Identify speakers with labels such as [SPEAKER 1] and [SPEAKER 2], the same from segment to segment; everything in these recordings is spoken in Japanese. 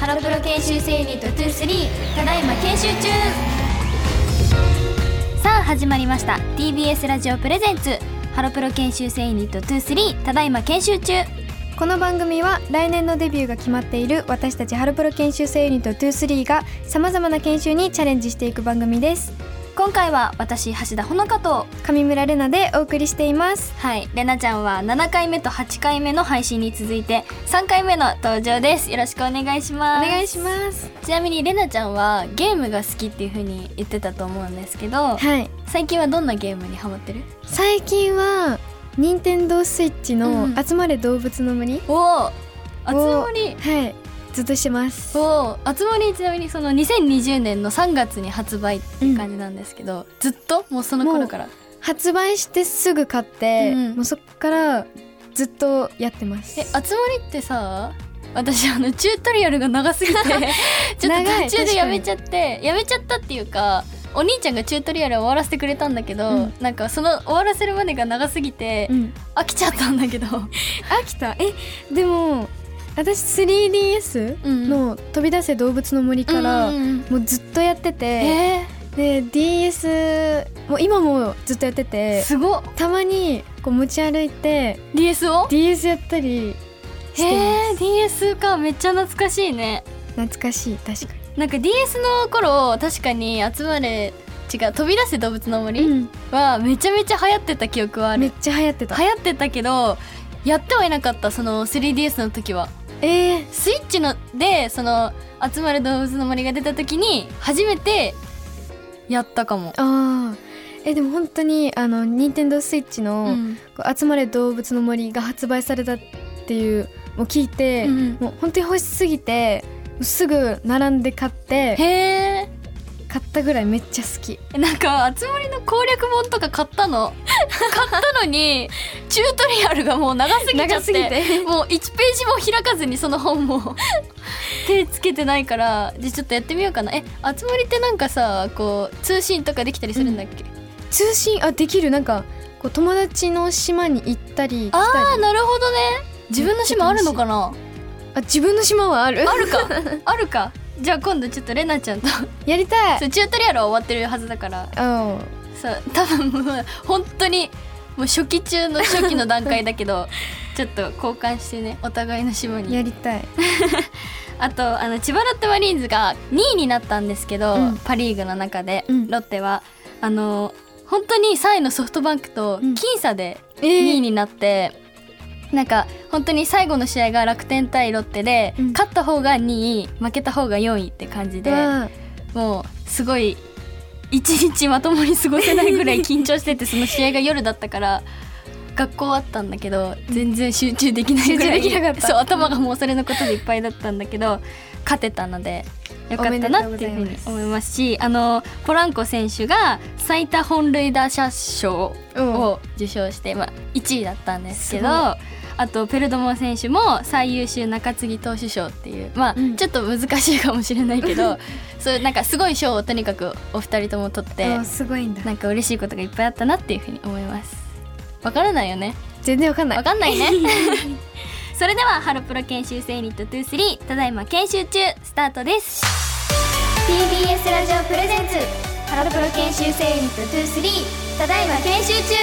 [SPEAKER 1] ハロプロ研修生ユニット23ただいま研修中さあ始まりました TBS ラジオプレゼンツハロプロ研修生ユニット23ただいま研修中
[SPEAKER 2] この番組は来年のデビューが決まっている私たちハロプロ研修生ユニット23がさまざまな研修にチャレンジしていく番組です
[SPEAKER 1] 今回は私橋田ほのかと
[SPEAKER 2] 上村れなでお送りしています
[SPEAKER 1] はいれなちゃんは7回目と8回目の配信に続いて3回目の登場ですよろしくお願いし
[SPEAKER 2] お
[SPEAKER 1] ます
[SPEAKER 2] 願いします
[SPEAKER 1] ちなみにれなちゃんはゲームが好きっていう風に言ってたと思うんですけど
[SPEAKER 2] はい
[SPEAKER 1] 最近はどんなゲームにハマってる
[SPEAKER 2] 最近は任天堂スイッチの
[SPEAKER 1] うん
[SPEAKER 2] 「集まれ動物の森
[SPEAKER 1] おおあつ
[SPEAKER 2] を
[SPEAKER 1] 森」
[SPEAKER 2] はいずっとしてます
[SPEAKER 1] おーあつ森ちなみにその2020年の3月に発売って感じなんですけど、ずっともうその頃から
[SPEAKER 2] 発売してすぐ買って、
[SPEAKER 1] うん
[SPEAKER 2] もうそっからずっとやってます
[SPEAKER 1] えあつ森ってさ私あのチュートリアルが長すぎて ちょっと
[SPEAKER 2] 長い
[SPEAKER 1] 途中でやめちゃってやめちゃったっていうかお兄ちゃんがチュートリアルを終わらせてくれたんだけど、
[SPEAKER 2] うん
[SPEAKER 1] なんかその終わらせるまでが長すぎて、
[SPEAKER 2] うん
[SPEAKER 1] 飽きちゃったんだけど、
[SPEAKER 2] 飽きたえでも私 3DS
[SPEAKER 1] うん
[SPEAKER 2] の「飛び出せ動物の森」から、
[SPEAKER 1] うんうんうん
[SPEAKER 2] もうずっとやってて、
[SPEAKER 1] え
[SPEAKER 2] で DS もう今もずっとやって
[SPEAKER 1] ー、
[SPEAKER 2] て
[SPEAKER 1] すごっ
[SPEAKER 2] たまにこう持ち歩いて
[SPEAKER 1] DS を
[SPEAKER 2] DS やったりして
[SPEAKER 1] えー、DS かめっちゃ懐かしいね
[SPEAKER 2] 懐かしい確か
[SPEAKER 1] なんか DS の頃確かに集まれ違う飛び出せ動物の
[SPEAKER 2] に、
[SPEAKER 1] 森はめちゃめちゃ流行ってた記憶はあ
[SPEAKER 2] めっ
[SPEAKER 1] る、
[SPEAKER 2] ちゃ流行ってた
[SPEAKER 1] 流行ってたけどやってはいなかったその 3DS の時は
[SPEAKER 2] えー、
[SPEAKER 1] スイッチのでその集まれ動物の森が出た時に初めてやったかも
[SPEAKER 2] あーえでも本当にあの任天堂スイッチ
[SPEAKER 1] う
[SPEAKER 2] の
[SPEAKER 1] ん
[SPEAKER 2] 「こう集まれ動物の森」が発売されたっていうのを聞いて、
[SPEAKER 1] うん
[SPEAKER 2] もう本当に欲しすぎてすぐ並んで買って
[SPEAKER 1] へ
[SPEAKER 2] 買ったぐらいめっちゃ好き
[SPEAKER 1] えなんかあつ森の攻略本とか買ったの買ったのにチュートリアルがもう長すぎちゃって
[SPEAKER 2] 長すぎて
[SPEAKER 1] もう1ページも開かずにその本 も手つけてないからでちょっとやってみようかなえあつ森ってなんかさこう通信とかできたりするんだっけ、
[SPEAKER 2] 通信あできるなんかこう友達の島に行ったり来たり
[SPEAKER 1] あなるほどね自分の島あるのかな
[SPEAKER 2] あ自分の島はある
[SPEAKER 1] あるかあるかじゃあ今度ちょっとレナちゃんと
[SPEAKER 2] やりたい
[SPEAKER 1] そうチュートリアルは終わってるはずだから
[SPEAKER 2] あ
[SPEAKER 1] そう多分もう本当にもう初期中の初期の段階だけ どちょっと交換してねお互いの島に
[SPEAKER 2] やりたい
[SPEAKER 1] あとあの千葉ロッテマリーンズが2位になったんですけど、
[SPEAKER 2] うん
[SPEAKER 1] パ・リーグの中で、
[SPEAKER 2] うん
[SPEAKER 1] ロッテはあの本当に3位のソフトバンクと
[SPEAKER 2] うん
[SPEAKER 1] 僅差で
[SPEAKER 2] え
[SPEAKER 1] 2位
[SPEAKER 2] に
[SPEAKER 1] になって、なんか本当に最後の試合が楽天対ロッテで、
[SPEAKER 2] うん
[SPEAKER 1] 勝った方が2位負けた方が4位って感じで、もうすごい一日まともに過ごせないぐらい緊張しててその試合が夜だった から学校あったんだけど全然集中できないぐらい
[SPEAKER 2] 集中できなかった
[SPEAKER 1] そう頭がもうそれのことでいっぱいだったんだけど勝てたのでよかったなっていうふうに思いますしあのポランコ選手が最多本塁打者賞
[SPEAKER 2] うん
[SPEAKER 1] を受賞して、まあ、1位だったんですけど
[SPEAKER 2] すごい
[SPEAKER 1] あとペルドモ選手も最優秀中継ぎ投手賞っていう、まあ
[SPEAKER 2] うん
[SPEAKER 1] ちょっと難しいかもしれないけ どそういうなんかすごい賞をとにかくお二人とも取って
[SPEAKER 2] あすごいんだ
[SPEAKER 1] なんか嬉しいことがいっぱいあったなっていうふうに思います。わからないよね。
[SPEAKER 2] 全然わかんない
[SPEAKER 1] わかんない ね。それではハロプロ研修生ユニット23ただいま研修中スタートです
[SPEAKER 3] TBS ラジオプレゼンツハロプロ研修生ユニット23ただいま研修中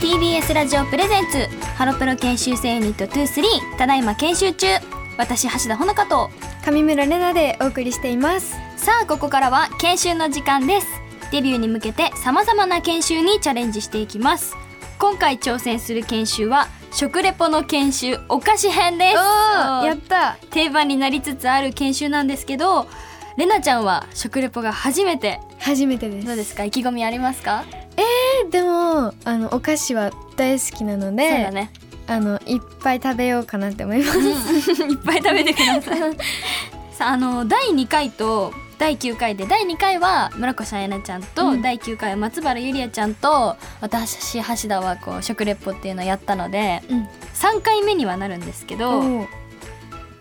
[SPEAKER 1] TBS ラジオプレゼンツハロプロ研修生ユニット23ただいま研修中私橋田ほのかと
[SPEAKER 2] 上村れなでお送りしています
[SPEAKER 1] さあここからは研修の時間ですデビューに向けてさまざまな研修にチャレンジしていきます今回挑戦する研修は食レポの研修お菓子編です
[SPEAKER 2] やった
[SPEAKER 1] 定番になりつつある研修なんですけどれなちゃんは食レポが初めて
[SPEAKER 2] 初めてです
[SPEAKER 1] どうですか意気込みありますか、
[SPEAKER 2] えでもあのお菓子は大好きなので
[SPEAKER 1] そうだね
[SPEAKER 2] あのいっぱい食べようかなって思います、
[SPEAKER 1] いっぱい食べてください さああの第2回と第9回で第2回は村越彩菜ちゃんと、
[SPEAKER 2] うん
[SPEAKER 1] 第9回は松原ゆりあちゃんと私橋田はこう食レポっていうのをやったので
[SPEAKER 2] うん
[SPEAKER 1] 3回目にはなるんですけど、
[SPEAKER 2] おー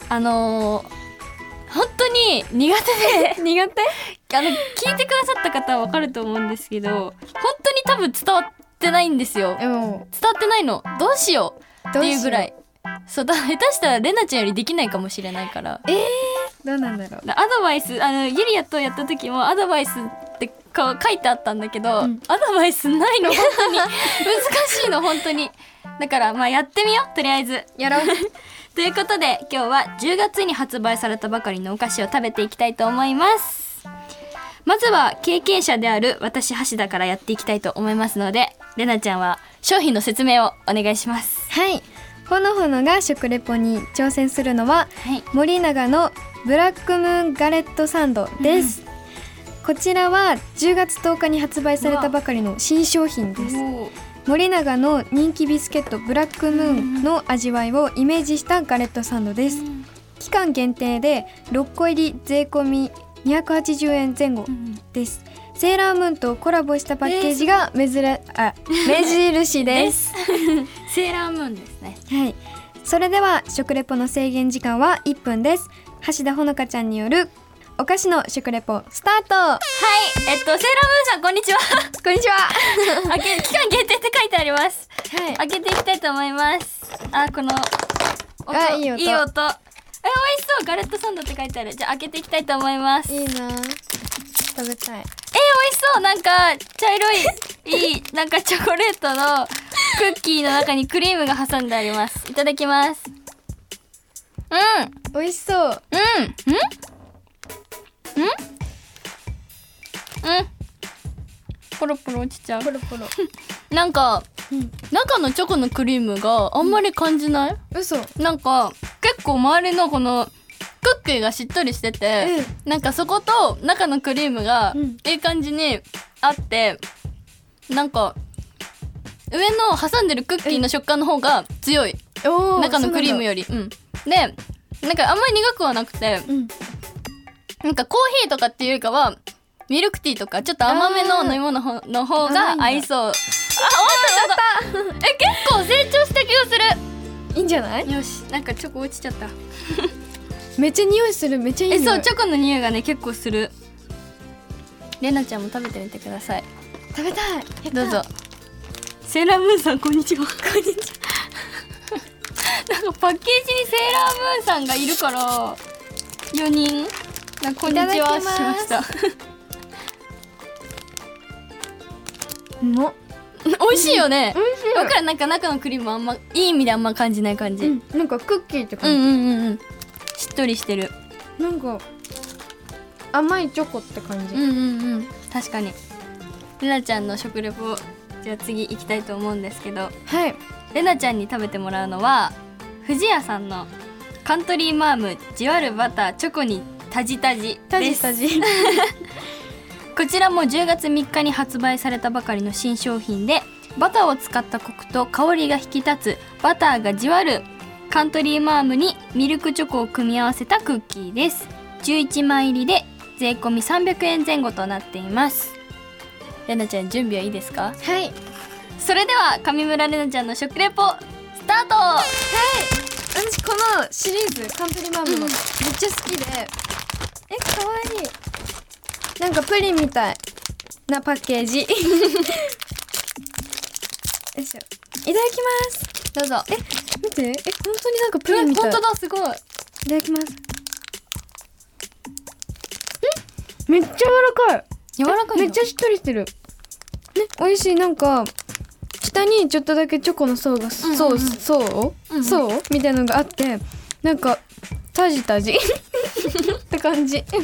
[SPEAKER 1] あのー本当に苦手で
[SPEAKER 2] 苦手
[SPEAKER 1] あの聞いてくださった方は分かると思うんですけど本当に多分伝わってないんですよ伝わ
[SPEAKER 2] も
[SPEAKER 1] ってないのどうしようっていうぐら
[SPEAKER 2] い
[SPEAKER 1] いそうだ下手したらレナちゃんよりできないかもしれないから
[SPEAKER 2] どうなんだろう
[SPEAKER 1] アドバイスあのユリアとやった時もアドバイスってか書いてあったんだけど、
[SPEAKER 2] うん
[SPEAKER 1] アドバイスないの本当に難しいの本当にだからまあやってみようとりあえず
[SPEAKER 2] やろう
[SPEAKER 1] ということで今日は10月に発売されたばかりのお菓子を食べていきたいと思いますまずは経験者である私橋田からやっていきたいと思いますのでれなちゃんは商品の説明をお願いします
[SPEAKER 2] はいほのほのが食レポに挑戦するのは
[SPEAKER 1] はい
[SPEAKER 2] 森永のブラックムーンガレットサンドです、こちらは10月10日に発売されたばかりの新商品です森永の人気ビスケットブラックムーンの味わいをイメージしたガレットサンドです期間限定で6個入り税込み280円前後ですセーラームーンとコラボしたパッケージが珍、あ目印 です
[SPEAKER 1] すセーラームーンですね
[SPEAKER 2] はい。それでは食レポの制限時間は1分です。橋田ほのかちゃんによるお菓子の食レポスタート。
[SPEAKER 1] はいえっとセーラームーンさんこんにちは
[SPEAKER 2] こんにちは。
[SPEAKER 1] あけ期間限定って書いてあります
[SPEAKER 2] はい。
[SPEAKER 1] 開けていきたいと思いますあこの音
[SPEAKER 2] あいい音
[SPEAKER 1] いい音え美味しそうガレットサンドって書いてあるじゃあ開けていきたいと思いますえ
[SPEAKER 2] いいな。食べた
[SPEAKER 1] ー、
[SPEAKER 2] い。
[SPEAKER 1] 美味しそうなんか茶色いいいなんかチョコレートのクッキーの中にクリームが挟んでありますいただきますうん
[SPEAKER 2] 美味しそう。
[SPEAKER 1] うんうんうんうんポロポロ落ちちゃう
[SPEAKER 2] ポロポロ。
[SPEAKER 1] なんか
[SPEAKER 2] うん。
[SPEAKER 1] 中のチョコのクリームがあんまり感じない
[SPEAKER 2] 嘘。
[SPEAKER 1] なんか結構周りのこのクッキーがしっとりしてて、なんかそこと中のクリームが
[SPEAKER 2] うん
[SPEAKER 1] いい感じにあって、なんか上の挟んでるクッキーの食感の方が強い
[SPEAKER 2] おお。
[SPEAKER 1] 中のクリーム
[SPEAKER 2] よ
[SPEAKER 1] よりうんでなんかあんまり苦くはなくて
[SPEAKER 2] り。うん。
[SPEAKER 1] なんかコーヒーとかっていうよりかはミルクティーとかちょっと甘めの飲み物ほの方
[SPEAKER 2] 甘いん
[SPEAKER 1] が
[SPEAKER 2] だ
[SPEAKER 1] 合いそうあ終わった終わったえ結構成長した気がす
[SPEAKER 2] いいんじゃない？
[SPEAKER 1] るよしなんかチョコ落ちちゃった
[SPEAKER 2] めっちゃ匂いする。めっちゃいい
[SPEAKER 1] え
[SPEAKER 2] 匂い。
[SPEAKER 1] そうチョコの匂いがね結構するれなちゃんも食べてみてください
[SPEAKER 2] 食べたい。
[SPEAKER 1] どうぞセーラームーンさんこんにちはこんにちはなんかパッケージにセーラームーンさんがいるから4人なんかこんにち
[SPEAKER 2] いただ
[SPEAKER 1] は
[SPEAKER 2] き
[SPEAKER 1] し
[SPEAKER 2] ま
[SPEAKER 1] ますした
[SPEAKER 2] うまっ。
[SPEAKER 1] 美味しいよね
[SPEAKER 2] 美味しい
[SPEAKER 1] 僕らなんか中のクリームあんまいい意味であんま感じない感じ、
[SPEAKER 2] うん。なんかクッキーって
[SPEAKER 1] うん
[SPEAKER 2] 感
[SPEAKER 1] うんうんうんしっとりしてる
[SPEAKER 2] じ。なんか甘いチョコって感じ。
[SPEAKER 1] うんうんうん確かにれなちゃんの食レポじゃあ次行きたいと思うんですけど
[SPEAKER 2] はい。
[SPEAKER 1] れなちゃんに食べてもらうのは藤屋さんのカントリーマームじわるバターチョコにタジタジ
[SPEAKER 2] タ
[SPEAKER 1] で
[SPEAKER 2] ジ
[SPEAKER 1] す
[SPEAKER 2] タジ。
[SPEAKER 1] こちらも10月3日に発売されたばかりの新商品でバターを使ったコクと香りが引き立つバターがじわるカントリーマームにミルクチョコを組み合わせたクッキーです11枚入りで税込み300円前後となっていますれなちゃん準備はいいですか
[SPEAKER 2] はい。
[SPEAKER 1] それでは上村れなちゃんの食レポスタート
[SPEAKER 2] 私このシリーズカントリーマームのめっちゃ好きで、え可愛いなんかプリンみたいなパッケージよいしょいただきます
[SPEAKER 1] どうぞ
[SPEAKER 2] え見てえ本当になんかプリンみたいいただ
[SPEAKER 1] だすごい
[SPEAKER 2] きますんめっちゃ柔らかい
[SPEAKER 1] 柔らかい
[SPEAKER 2] めっちゃしっとりしてるね美味しいなんか下にちょっとだけチョコの層
[SPEAKER 1] う
[SPEAKER 2] が、
[SPEAKER 1] んう
[SPEAKER 2] 層
[SPEAKER 1] ん
[SPEAKER 2] 層
[SPEAKER 1] うんうん
[SPEAKER 2] 層みたいなのがあってなんかタジタジって感じなんか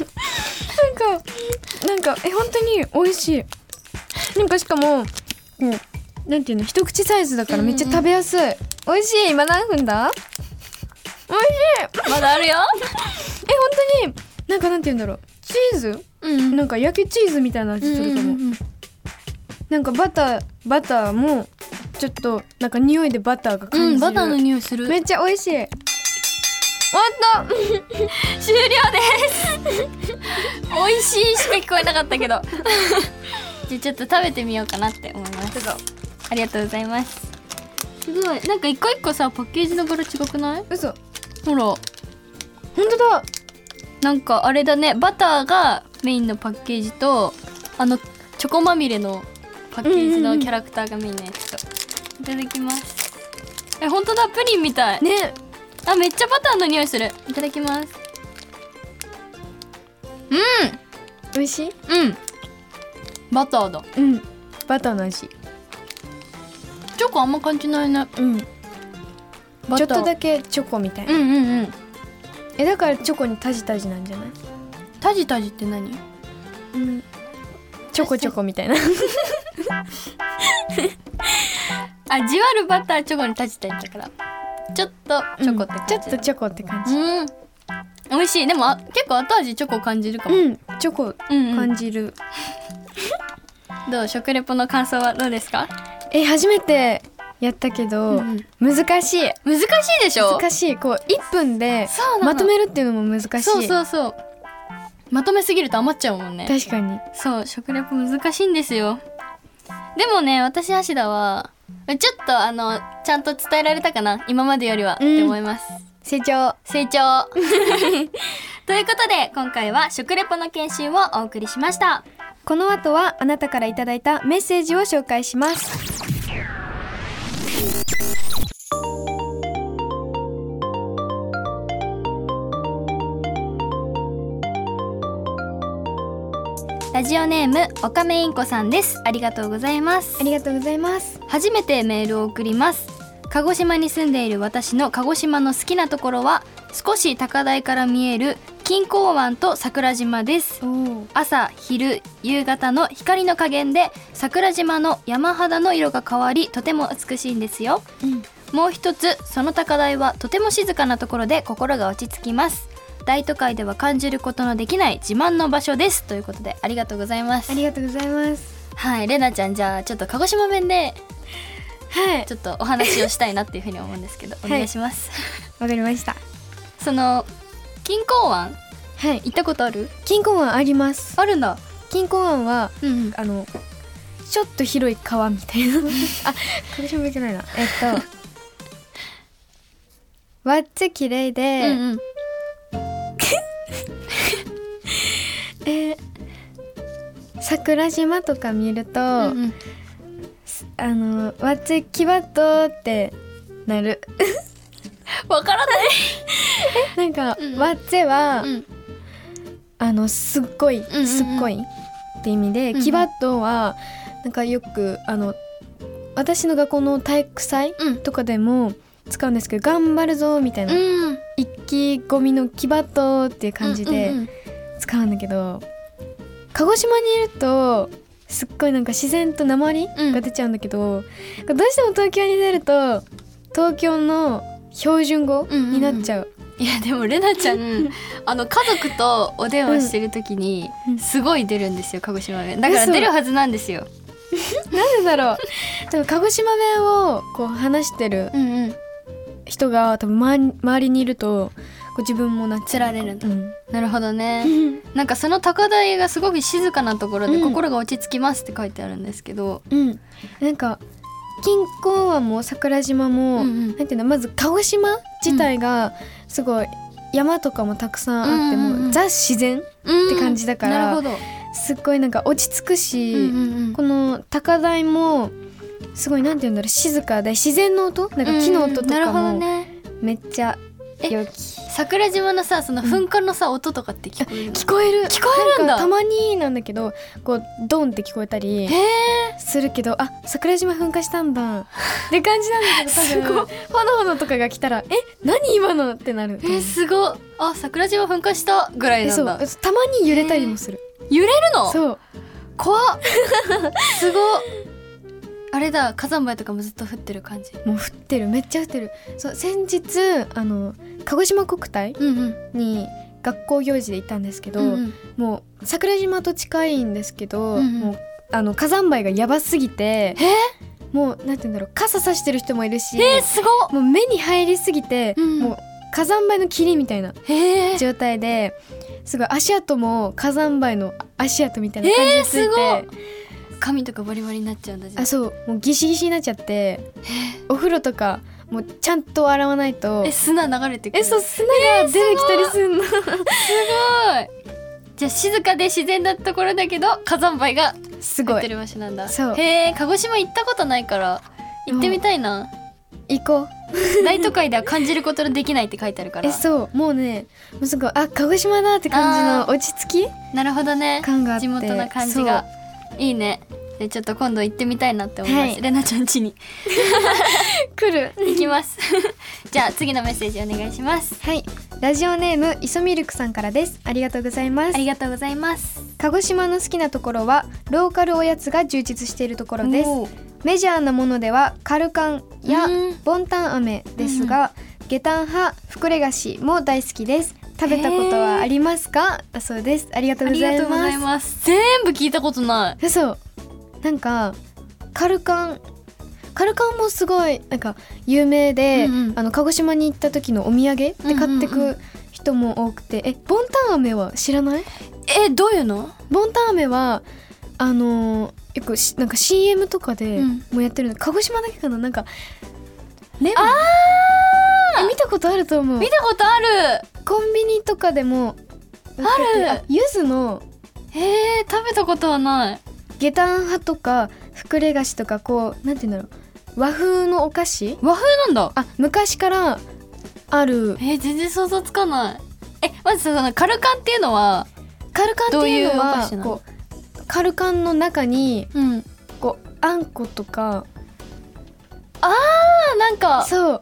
[SPEAKER 2] なんかえ本当に美味しいなんかしかもこうなんていうの一口サイズだからめっちゃ食べやすい、美味しい今何分だ美味しいえ本
[SPEAKER 1] まだあるよ
[SPEAKER 2] 当になんかなんていうんだろうチーズ
[SPEAKER 1] うん
[SPEAKER 2] なんか焼きチーズみたいな味するかも、なんかバターバターもちょっとなんか匂いでバターが感じる、
[SPEAKER 1] うんバターの匂いする
[SPEAKER 2] めっちゃ美味しい。おっと、
[SPEAKER 1] 終了です美味しいしか聞こえなかったけどじゃあちょっと食べてみようかなって思いますありがとうございますすごいなんか一個一個さパッケージの柄違くない
[SPEAKER 2] 嘘、
[SPEAKER 1] ほら
[SPEAKER 2] 本当だ。
[SPEAKER 1] なんかあれだねバターがメインのパッケージとあのチョコまみれのパッケージのキャラクターがメインのやつと、いただきますえ本当だプリンみたい、
[SPEAKER 2] ね
[SPEAKER 1] あめっちゃバターの匂いするいただきます
[SPEAKER 2] 美味し
[SPEAKER 1] う
[SPEAKER 2] い
[SPEAKER 1] んバターだ
[SPEAKER 2] うんバターの味
[SPEAKER 1] チョコあんま感じないね
[SPEAKER 2] うんち
[SPEAKER 1] バ
[SPEAKER 2] ょ
[SPEAKER 1] タ
[SPEAKER 2] っ
[SPEAKER 1] ー
[SPEAKER 2] とだけチョコみたいな、
[SPEAKER 1] うんうんうん
[SPEAKER 2] えだからチョコにタジタジなんじゃない
[SPEAKER 1] タジタジって何
[SPEAKER 2] うんチョコチョコみたいな
[SPEAKER 1] あじわるバターチョコにタジタジだからちょっとチョコって感じ、
[SPEAKER 2] ちょっとチョコって感じ
[SPEAKER 1] うん美味しいでもあ結構後味チョコ感じるかも、
[SPEAKER 2] うんチョコ
[SPEAKER 1] うんうん
[SPEAKER 2] 感じる、
[SPEAKER 1] どう食レポの感想はどうですか
[SPEAKER 2] え初めてやったけど、
[SPEAKER 1] うん
[SPEAKER 2] 難しい
[SPEAKER 1] 難しいでしょ
[SPEAKER 2] 難しいこう1分で
[SPEAKER 1] そうなの
[SPEAKER 2] まとめるっていうのも難しい
[SPEAKER 1] そうそうそうまとめすぎると余っちゃうもんね
[SPEAKER 2] 確かに
[SPEAKER 1] そう食レポ難しいんですよでもね私芦田はちょっとあのちゃんと伝えられたかな今までよりは、
[SPEAKER 2] うん
[SPEAKER 1] って思います
[SPEAKER 2] 成長
[SPEAKER 1] 成長 ということで今回は食レポの研修をお送りしました
[SPEAKER 2] この後はあなたからいただいたメッセージを紹介します
[SPEAKER 1] ラジオネームオカメインコさんですありがとうございます
[SPEAKER 2] ありがとうございます
[SPEAKER 1] 初めてメールを送ります鹿児島に住んでいる私の鹿児島の好きなところは少し高台から見える錦江湾と桜島です
[SPEAKER 2] おお
[SPEAKER 1] 朝昼夕方の光の加減で桜島の山肌の色が変わりとても美しいんですよ
[SPEAKER 2] うん
[SPEAKER 1] もう一つその高台はとても静かなところで心が落ち着きます大都会では感じることのできない自慢の場所ですということでありがとうございます
[SPEAKER 2] ありがとうございます
[SPEAKER 1] はいれなちゃんじゃあちょっと鹿児島弁で
[SPEAKER 2] はい
[SPEAKER 1] ちょっとお話をしたいなっていうふうに思うんですけ ど、
[SPEAKER 2] い
[SPEAKER 1] お願いします。
[SPEAKER 2] わかりました
[SPEAKER 1] その金港湾
[SPEAKER 2] はい
[SPEAKER 1] 行ったことある？
[SPEAKER 2] 金庫湾あります
[SPEAKER 1] あるんだ。
[SPEAKER 2] 金庫湾は
[SPEAKER 1] うんうん。
[SPEAKER 2] あのちょっと広い川みた いなあ鹿児島行けないなえっと わっち綺麗で、
[SPEAKER 1] うんうん。
[SPEAKER 2] えー桜島とか見ると、
[SPEAKER 1] うんうん
[SPEAKER 2] あのわっちきばっとってなる
[SPEAKER 1] わからない。
[SPEAKER 2] なんか、
[SPEAKER 1] うん
[SPEAKER 2] わっちは、
[SPEAKER 1] うん
[SPEAKER 2] あのすっごい
[SPEAKER 1] んうん
[SPEAKER 2] すっごいって意味で、
[SPEAKER 1] うんうん
[SPEAKER 2] きばっとはなんかよくあの私の学校の体育祭
[SPEAKER 1] うん
[SPEAKER 2] とかでも使うんですけど「頑張るぞ」みたいな、
[SPEAKER 1] うん。
[SPEAKER 2] 意気込みの「きばっと」っていう感じで
[SPEAKER 1] うんうんうん
[SPEAKER 2] 使うんだけど、鹿児島にいるとすっごいなんか自然と鉛
[SPEAKER 1] うん
[SPEAKER 2] が出ちゃうんだけど、どうしても東京に出ると東京の標準語
[SPEAKER 1] うんうんうん
[SPEAKER 2] になっちゃう。
[SPEAKER 1] いやでもれなちゃんあの家族とお電話してる時に
[SPEAKER 2] うん
[SPEAKER 1] すごい出るんですよ鹿児島弁だから
[SPEAKER 2] 嘘
[SPEAKER 1] 出るはずなんですよ。
[SPEAKER 2] なんで だろう多分鹿児島弁をこう話してる
[SPEAKER 1] うんうん。
[SPEAKER 2] 人が多分周り周りにいるとこう自分もなっちゃう
[SPEAKER 1] つられるんだ
[SPEAKER 2] う。
[SPEAKER 1] なるほどね。
[SPEAKER 2] ん
[SPEAKER 1] なんかその高台がすごく静かなところで
[SPEAKER 2] うん
[SPEAKER 1] 心が落ち着きますって書いてあるんですけど。
[SPEAKER 2] うん、なんか近郊湾も桜島も、
[SPEAKER 1] うんうん
[SPEAKER 2] なんていうのまず鹿児島自体がすごい山とかもたくさんあって、
[SPEAKER 1] うんうんうん
[SPEAKER 2] もうザ自然
[SPEAKER 1] うん
[SPEAKER 2] って感じだから
[SPEAKER 1] なるほど。
[SPEAKER 2] すっごいなんか落ち着くし、
[SPEAKER 1] うんうんうん
[SPEAKER 2] この高台もすごいなんていうんだろう静かで自然の音なんか木の音と
[SPEAKER 1] なる
[SPEAKER 2] か
[SPEAKER 1] ほど
[SPEAKER 2] も
[SPEAKER 1] ね
[SPEAKER 2] めっちゃ良き。
[SPEAKER 1] 桜島のさその噴火のさ、音とかって聞こえる
[SPEAKER 2] 聞こえる
[SPEAKER 1] 聞こえるんだ
[SPEAKER 2] なかたまになんだけどこうドンって聞こえたり
[SPEAKER 1] へ
[SPEAKER 2] するけどあ桜島噴火したんだって感じなんだけど 多分炎のとかが来たら「え何今の?」ってなる
[SPEAKER 1] えー、すごっあ桜島噴火したぐらい
[SPEAKER 2] え
[SPEAKER 1] な
[SPEAKER 2] そ
[SPEAKER 1] ん
[SPEAKER 2] う
[SPEAKER 1] だ
[SPEAKER 2] たまに揺れたりもする
[SPEAKER 1] 揺れるの
[SPEAKER 2] そう
[SPEAKER 1] 怖っすごっあれだ火山灰とかもずっと降ってる感じ
[SPEAKER 2] もう降ってるめっちゃ降ってるそう先日あの鹿児島国体
[SPEAKER 1] うんうん
[SPEAKER 2] に学校行事で行ったんですけど、
[SPEAKER 1] うんうん
[SPEAKER 2] もう桜島と近いんですけど、
[SPEAKER 1] うんうん
[SPEAKER 2] もうあの火山灰がやばすぎて
[SPEAKER 1] え
[SPEAKER 2] もうなんて言うんだろう傘さしてる人もいるし、
[SPEAKER 1] えー、すごっ
[SPEAKER 2] もう目に入りすぎて、
[SPEAKER 1] うん
[SPEAKER 2] もう火山灰の霧みたいな
[SPEAKER 1] えー、
[SPEAKER 2] 状態ですごい足跡も火山灰の足跡みたいな感じでついて、
[SPEAKER 1] えー髪とかバリバリになっちゃうんだじゃ
[SPEAKER 2] あそうもうギシギシになっちゃってお風呂とかもうちゃんと洗わないと
[SPEAKER 1] え砂流れてくる
[SPEAKER 2] えそう砂が出てきたりすんの、
[SPEAKER 1] すごいじゃあ静かで自然なところだけど火山灰が
[SPEAKER 2] す
[SPEAKER 1] 入
[SPEAKER 2] ご
[SPEAKER 1] って
[SPEAKER 2] い
[SPEAKER 1] る場所なんだ
[SPEAKER 2] そう
[SPEAKER 1] へえ鹿児島行ったことないから行ってみたい な、
[SPEAKER 2] 行こう
[SPEAKER 1] 大都会では感じることのできないって書いてあるから
[SPEAKER 2] えそうもうねもうすごいあ鹿児島だって感じの落ち着き
[SPEAKER 1] なるほどね
[SPEAKER 2] 感があって
[SPEAKER 1] 地元の感じがいいねでちょっと今度行ってみたいなって思います、
[SPEAKER 2] はい
[SPEAKER 1] れなちゃん家 に
[SPEAKER 2] 来る
[SPEAKER 1] 行きます じゃあ次のメッセージお願いします
[SPEAKER 2] はいラジオネーム磯ミルクさんからですありがとうございます
[SPEAKER 1] ありがとうございます
[SPEAKER 2] 鹿児島の好きなところはローカルおやつが充実しているところです
[SPEAKER 1] おー
[SPEAKER 2] メジャーなものではカルカンや
[SPEAKER 1] うん
[SPEAKER 2] ボンタン飴ですが、下タン派福レガシも大好きです食べたことはありますか、だそうですありがと
[SPEAKER 1] あ
[SPEAKER 2] うご
[SPEAKER 1] り
[SPEAKER 2] ざ
[SPEAKER 1] が
[SPEAKER 2] い
[SPEAKER 1] とうご
[SPEAKER 2] ま
[SPEAKER 1] ざ
[SPEAKER 2] す
[SPEAKER 1] います全部聞いたことない
[SPEAKER 2] 嘘なんかカルカンカルカンもすごいなんか有名で、
[SPEAKER 1] うんうん
[SPEAKER 2] あの鹿児島に行った時のお土産で買って
[SPEAKER 1] うんうんう
[SPEAKER 2] く人も多くて、えボンタン飴は知らない
[SPEAKER 1] えどういうの
[SPEAKER 2] ボンタン飴はあのーよくしなんか CM とかで
[SPEAKER 1] うん
[SPEAKER 2] もやってるの、鹿児島だけかななんか
[SPEAKER 1] レモン
[SPEAKER 2] え見たことあると思う
[SPEAKER 1] 見たことある
[SPEAKER 2] コンビニとかでも
[SPEAKER 1] ある
[SPEAKER 2] ゆずの
[SPEAKER 1] えー、食べたことはない
[SPEAKER 2] 下段派とかふくれ菓子とかこうなんて言うんだろう和風のお菓子
[SPEAKER 1] 和風なんだ
[SPEAKER 2] あ昔からある
[SPEAKER 1] えー、全然想像つかないえまずそのカルカンっていうのは
[SPEAKER 2] カルカンっていうの
[SPEAKER 1] どういうお菓
[SPEAKER 2] は
[SPEAKER 1] 子なの
[SPEAKER 2] こうカルカンの中に
[SPEAKER 1] うん
[SPEAKER 2] こうあんことか
[SPEAKER 1] あなんか
[SPEAKER 2] そう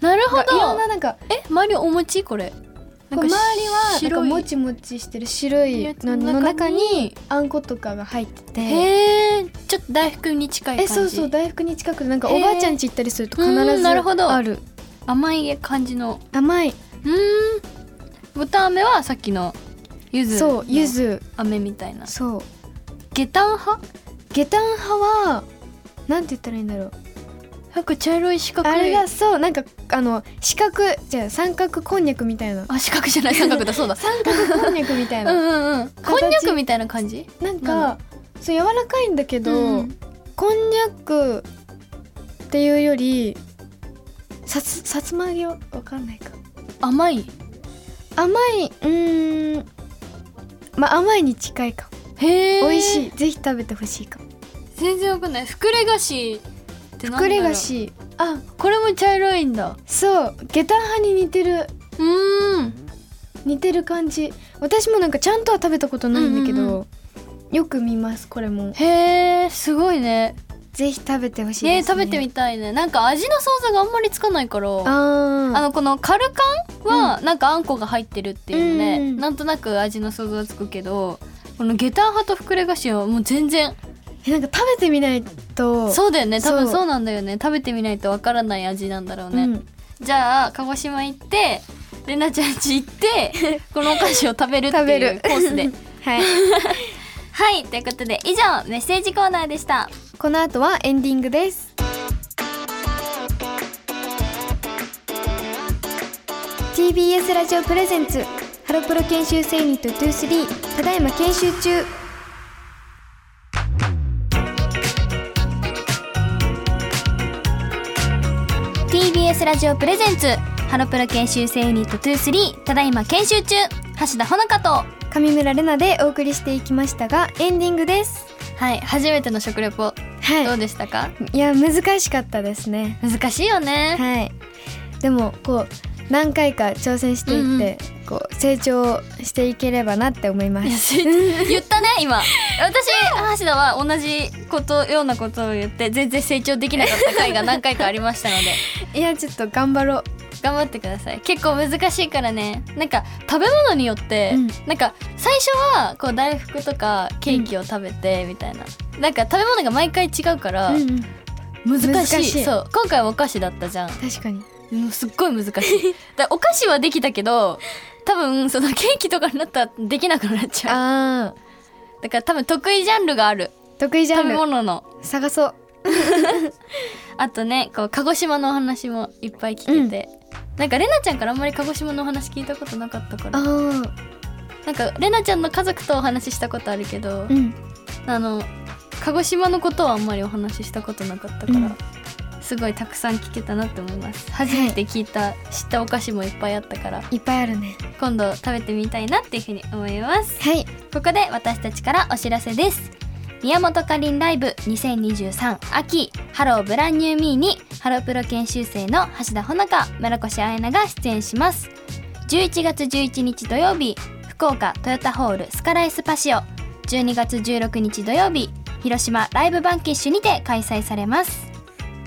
[SPEAKER 1] なるほ
[SPEAKER 2] いろん
[SPEAKER 1] ど
[SPEAKER 2] ななんか
[SPEAKER 1] え周りお餅これ
[SPEAKER 2] こう周りはなんかも
[SPEAKER 1] ち
[SPEAKER 2] ちもちしてる白いのの中にあんことかが入ってて
[SPEAKER 1] へえちょっと大福に近い感
[SPEAKER 2] え
[SPEAKER 1] じ
[SPEAKER 2] そうそう大福に近くでなんか
[SPEAKER 1] へー
[SPEAKER 2] おばあちゃん家行ったりすると必
[SPEAKER 1] う
[SPEAKER 2] ず
[SPEAKER 1] んなるほど
[SPEAKER 2] ある
[SPEAKER 1] 甘い感じの
[SPEAKER 2] 甘いう
[SPEAKER 1] ーん豚飴はさっきの柚子
[SPEAKER 2] そう柚子
[SPEAKER 1] 飴みたいな
[SPEAKER 2] そう
[SPEAKER 1] 下段派
[SPEAKER 2] 下段派はなんて言ったらいいんだろう
[SPEAKER 1] なんか茶色い四角い
[SPEAKER 2] あれがそうなんかあの四角じゃあ三角こんにゃくみたいな
[SPEAKER 1] あ四角じゃない三角だそうだ
[SPEAKER 2] 三角こんにゃくみた い
[SPEAKER 1] うん
[SPEAKER 2] な
[SPEAKER 1] うんうんこんにゃくみたいな感じ
[SPEAKER 2] なん
[SPEAKER 1] な
[SPEAKER 2] かそう柔らかいんだけど、
[SPEAKER 1] うん
[SPEAKER 2] こんにゃくっていうよりさつさつま揚げはわかんないか
[SPEAKER 1] 甘い
[SPEAKER 2] 甘いうーんまあ甘いに近いか
[SPEAKER 1] へえ
[SPEAKER 2] 美味しいぜひ食べてほしいか
[SPEAKER 1] 全然わかんないふくれ菓子ってなんだろう
[SPEAKER 2] くれ菓子
[SPEAKER 1] あこれも茶色いんだ
[SPEAKER 2] そう下段派に似てる
[SPEAKER 1] うーん
[SPEAKER 2] 似てる感じ私もなんかちゃんとは食べたことないんだけど、
[SPEAKER 1] うんうん
[SPEAKER 2] よく見ますこれも
[SPEAKER 1] へえすごいね
[SPEAKER 2] ぜひ食べてほしいですね
[SPEAKER 1] ね食べてみたいねなんか味の想像があんまりつかないからあ
[SPEAKER 2] あー
[SPEAKER 1] のこのカルカンはなんかあんこが入ってるっていうので、
[SPEAKER 2] うんうん
[SPEAKER 1] なんとなく味の想像はつくけどこの下駄派とふくれ菓子はもう全然
[SPEAKER 2] えなんか食べてみないと
[SPEAKER 1] そうだよね多分
[SPEAKER 2] そう
[SPEAKER 1] そうなんだよね食べてみないとわからない味なんだろうね、
[SPEAKER 2] うん
[SPEAKER 1] じゃあ鹿児島行ってれなちゃん家行って このお菓子を食べるって
[SPEAKER 2] 食
[SPEAKER 1] い
[SPEAKER 2] べ
[SPEAKER 1] う
[SPEAKER 2] る
[SPEAKER 1] コースで
[SPEAKER 2] はい
[SPEAKER 1] はいということで以上メッセージコーナーでした
[SPEAKER 2] この後はエンディングです。TBS ラジオプレゼンツハロプロ研修生ユニット23ただいま研修中
[SPEAKER 1] TBS ラジオプレゼンツハロプロ研修生ユニット23ただいま研修中橋田穂香と
[SPEAKER 2] 上村れなでお送りしていきましたがエンディングです
[SPEAKER 1] はい初めての食レポど
[SPEAKER 2] は
[SPEAKER 1] うでしたか、
[SPEAKER 2] いいや難しかったですね
[SPEAKER 1] 難しいよね、
[SPEAKER 2] はいでもこう何回か挑戦していって、こう成長していければなって思いま
[SPEAKER 1] いや
[SPEAKER 2] す
[SPEAKER 1] せ言ったね今私橋田は同じことようなことを言って全然成長できなかった回が何回かありましたので
[SPEAKER 2] いやちょっと頑張ろう
[SPEAKER 1] 頑張ってください結構難しいからねなんか食べ物によって、
[SPEAKER 2] うん
[SPEAKER 1] なんか最初はこう大福とかケーキを食べてみたいな、なんか食べ物が毎回違うから
[SPEAKER 2] うんうん
[SPEAKER 1] 難しい,、
[SPEAKER 2] 難しい
[SPEAKER 1] そう今回はお菓子だったじゃん
[SPEAKER 2] 確かに
[SPEAKER 1] もうすっごい難しい だお菓子はできたけど多分そのケーキとかになったらできなくなっちゃう
[SPEAKER 2] ああ
[SPEAKER 1] だから多分得意ジャンルがある
[SPEAKER 2] 得意ジャ
[SPEAKER 1] 食
[SPEAKER 2] ン
[SPEAKER 1] べ
[SPEAKER 2] ル
[SPEAKER 1] 物の
[SPEAKER 2] 探そう
[SPEAKER 1] あとねこう鹿児島のお話もいっぱい聞けて、なんかれなちゃんからあんまり鹿児島のお話聞いたことなかったから
[SPEAKER 2] あ
[SPEAKER 1] なんかれなちゃんの家族とお話ししたことあるけど、
[SPEAKER 2] うん
[SPEAKER 1] あの鹿児島のことはあんまりお話ししたことなかったから、
[SPEAKER 2] うん
[SPEAKER 1] すすごいたくさん聞けたなって思います初めて聞いた、知ったお菓子もいっぱいあったから
[SPEAKER 2] いっぱいあるね
[SPEAKER 1] 今度食べてみたいなっていうふうに思います
[SPEAKER 2] はい
[SPEAKER 1] ここで私たちからお知らせです宮本かりんライブ2023秋ハローブランニューミーにハロープロ研修生の橋田ほのか村越彩菜が出演します11月11日土曜日福岡トヨタホールスカライスパシオ12月16日土曜日広島ライブバンキッシュにて開催されます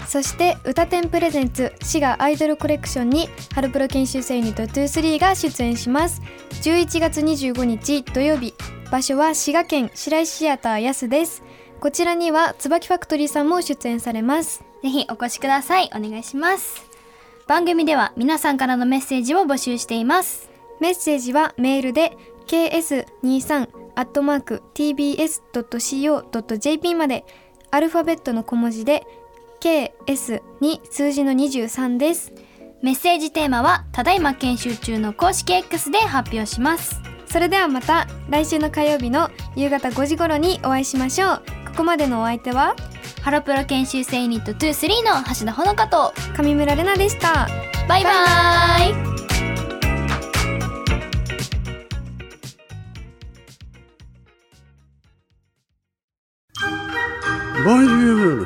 [SPEAKER 2] そして歌天プレゼンツ滋賀アイドルコレクションにハルプロ研修生ユニット23が出演します11月25日土曜日場所は滋賀県白石シアター安ですこちらには椿ファクトリーさんも出演されます
[SPEAKER 1] ぜひお越しくださいお願いします番組では皆さんからのメッセージを募集しています
[SPEAKER 2] メッセージはメールで ks23 アットマーク tbs.co.jp までアルファベットの小文字で ks に数字の23です
[SPEAKER 1] メッセージテーマはただいま研修中の公式 X で発表します
[SPEAKER 2] それではまた来週の火曜日の夕方5時頃にお会いしましょうここまでのお相手は
[SPEAKER 1] ハロプロ研修生ユニット23の橋田ほのかと
[SPEAKER 2] 上村れなでした
[SPEAKER 1] バイバイ
[SPEAKER 4] ボンジュール